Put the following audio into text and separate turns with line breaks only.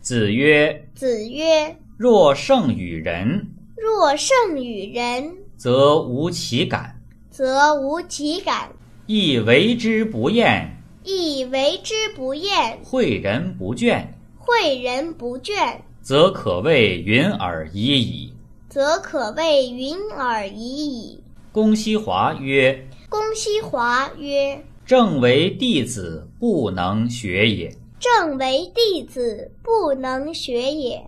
子曰
子曰：“
若胜与人，：“
若胜与人，
则无其感；
则无其感；
亦为之不厌，
亦为之不厌，
诲人不倦，
诲人不倦，
则可谓云尔已矣。”
则可谓云尔已矣。
公西华曰”
公西华曰：“
正为弟子，不能学也。”：“
正为弟子，不能学也。”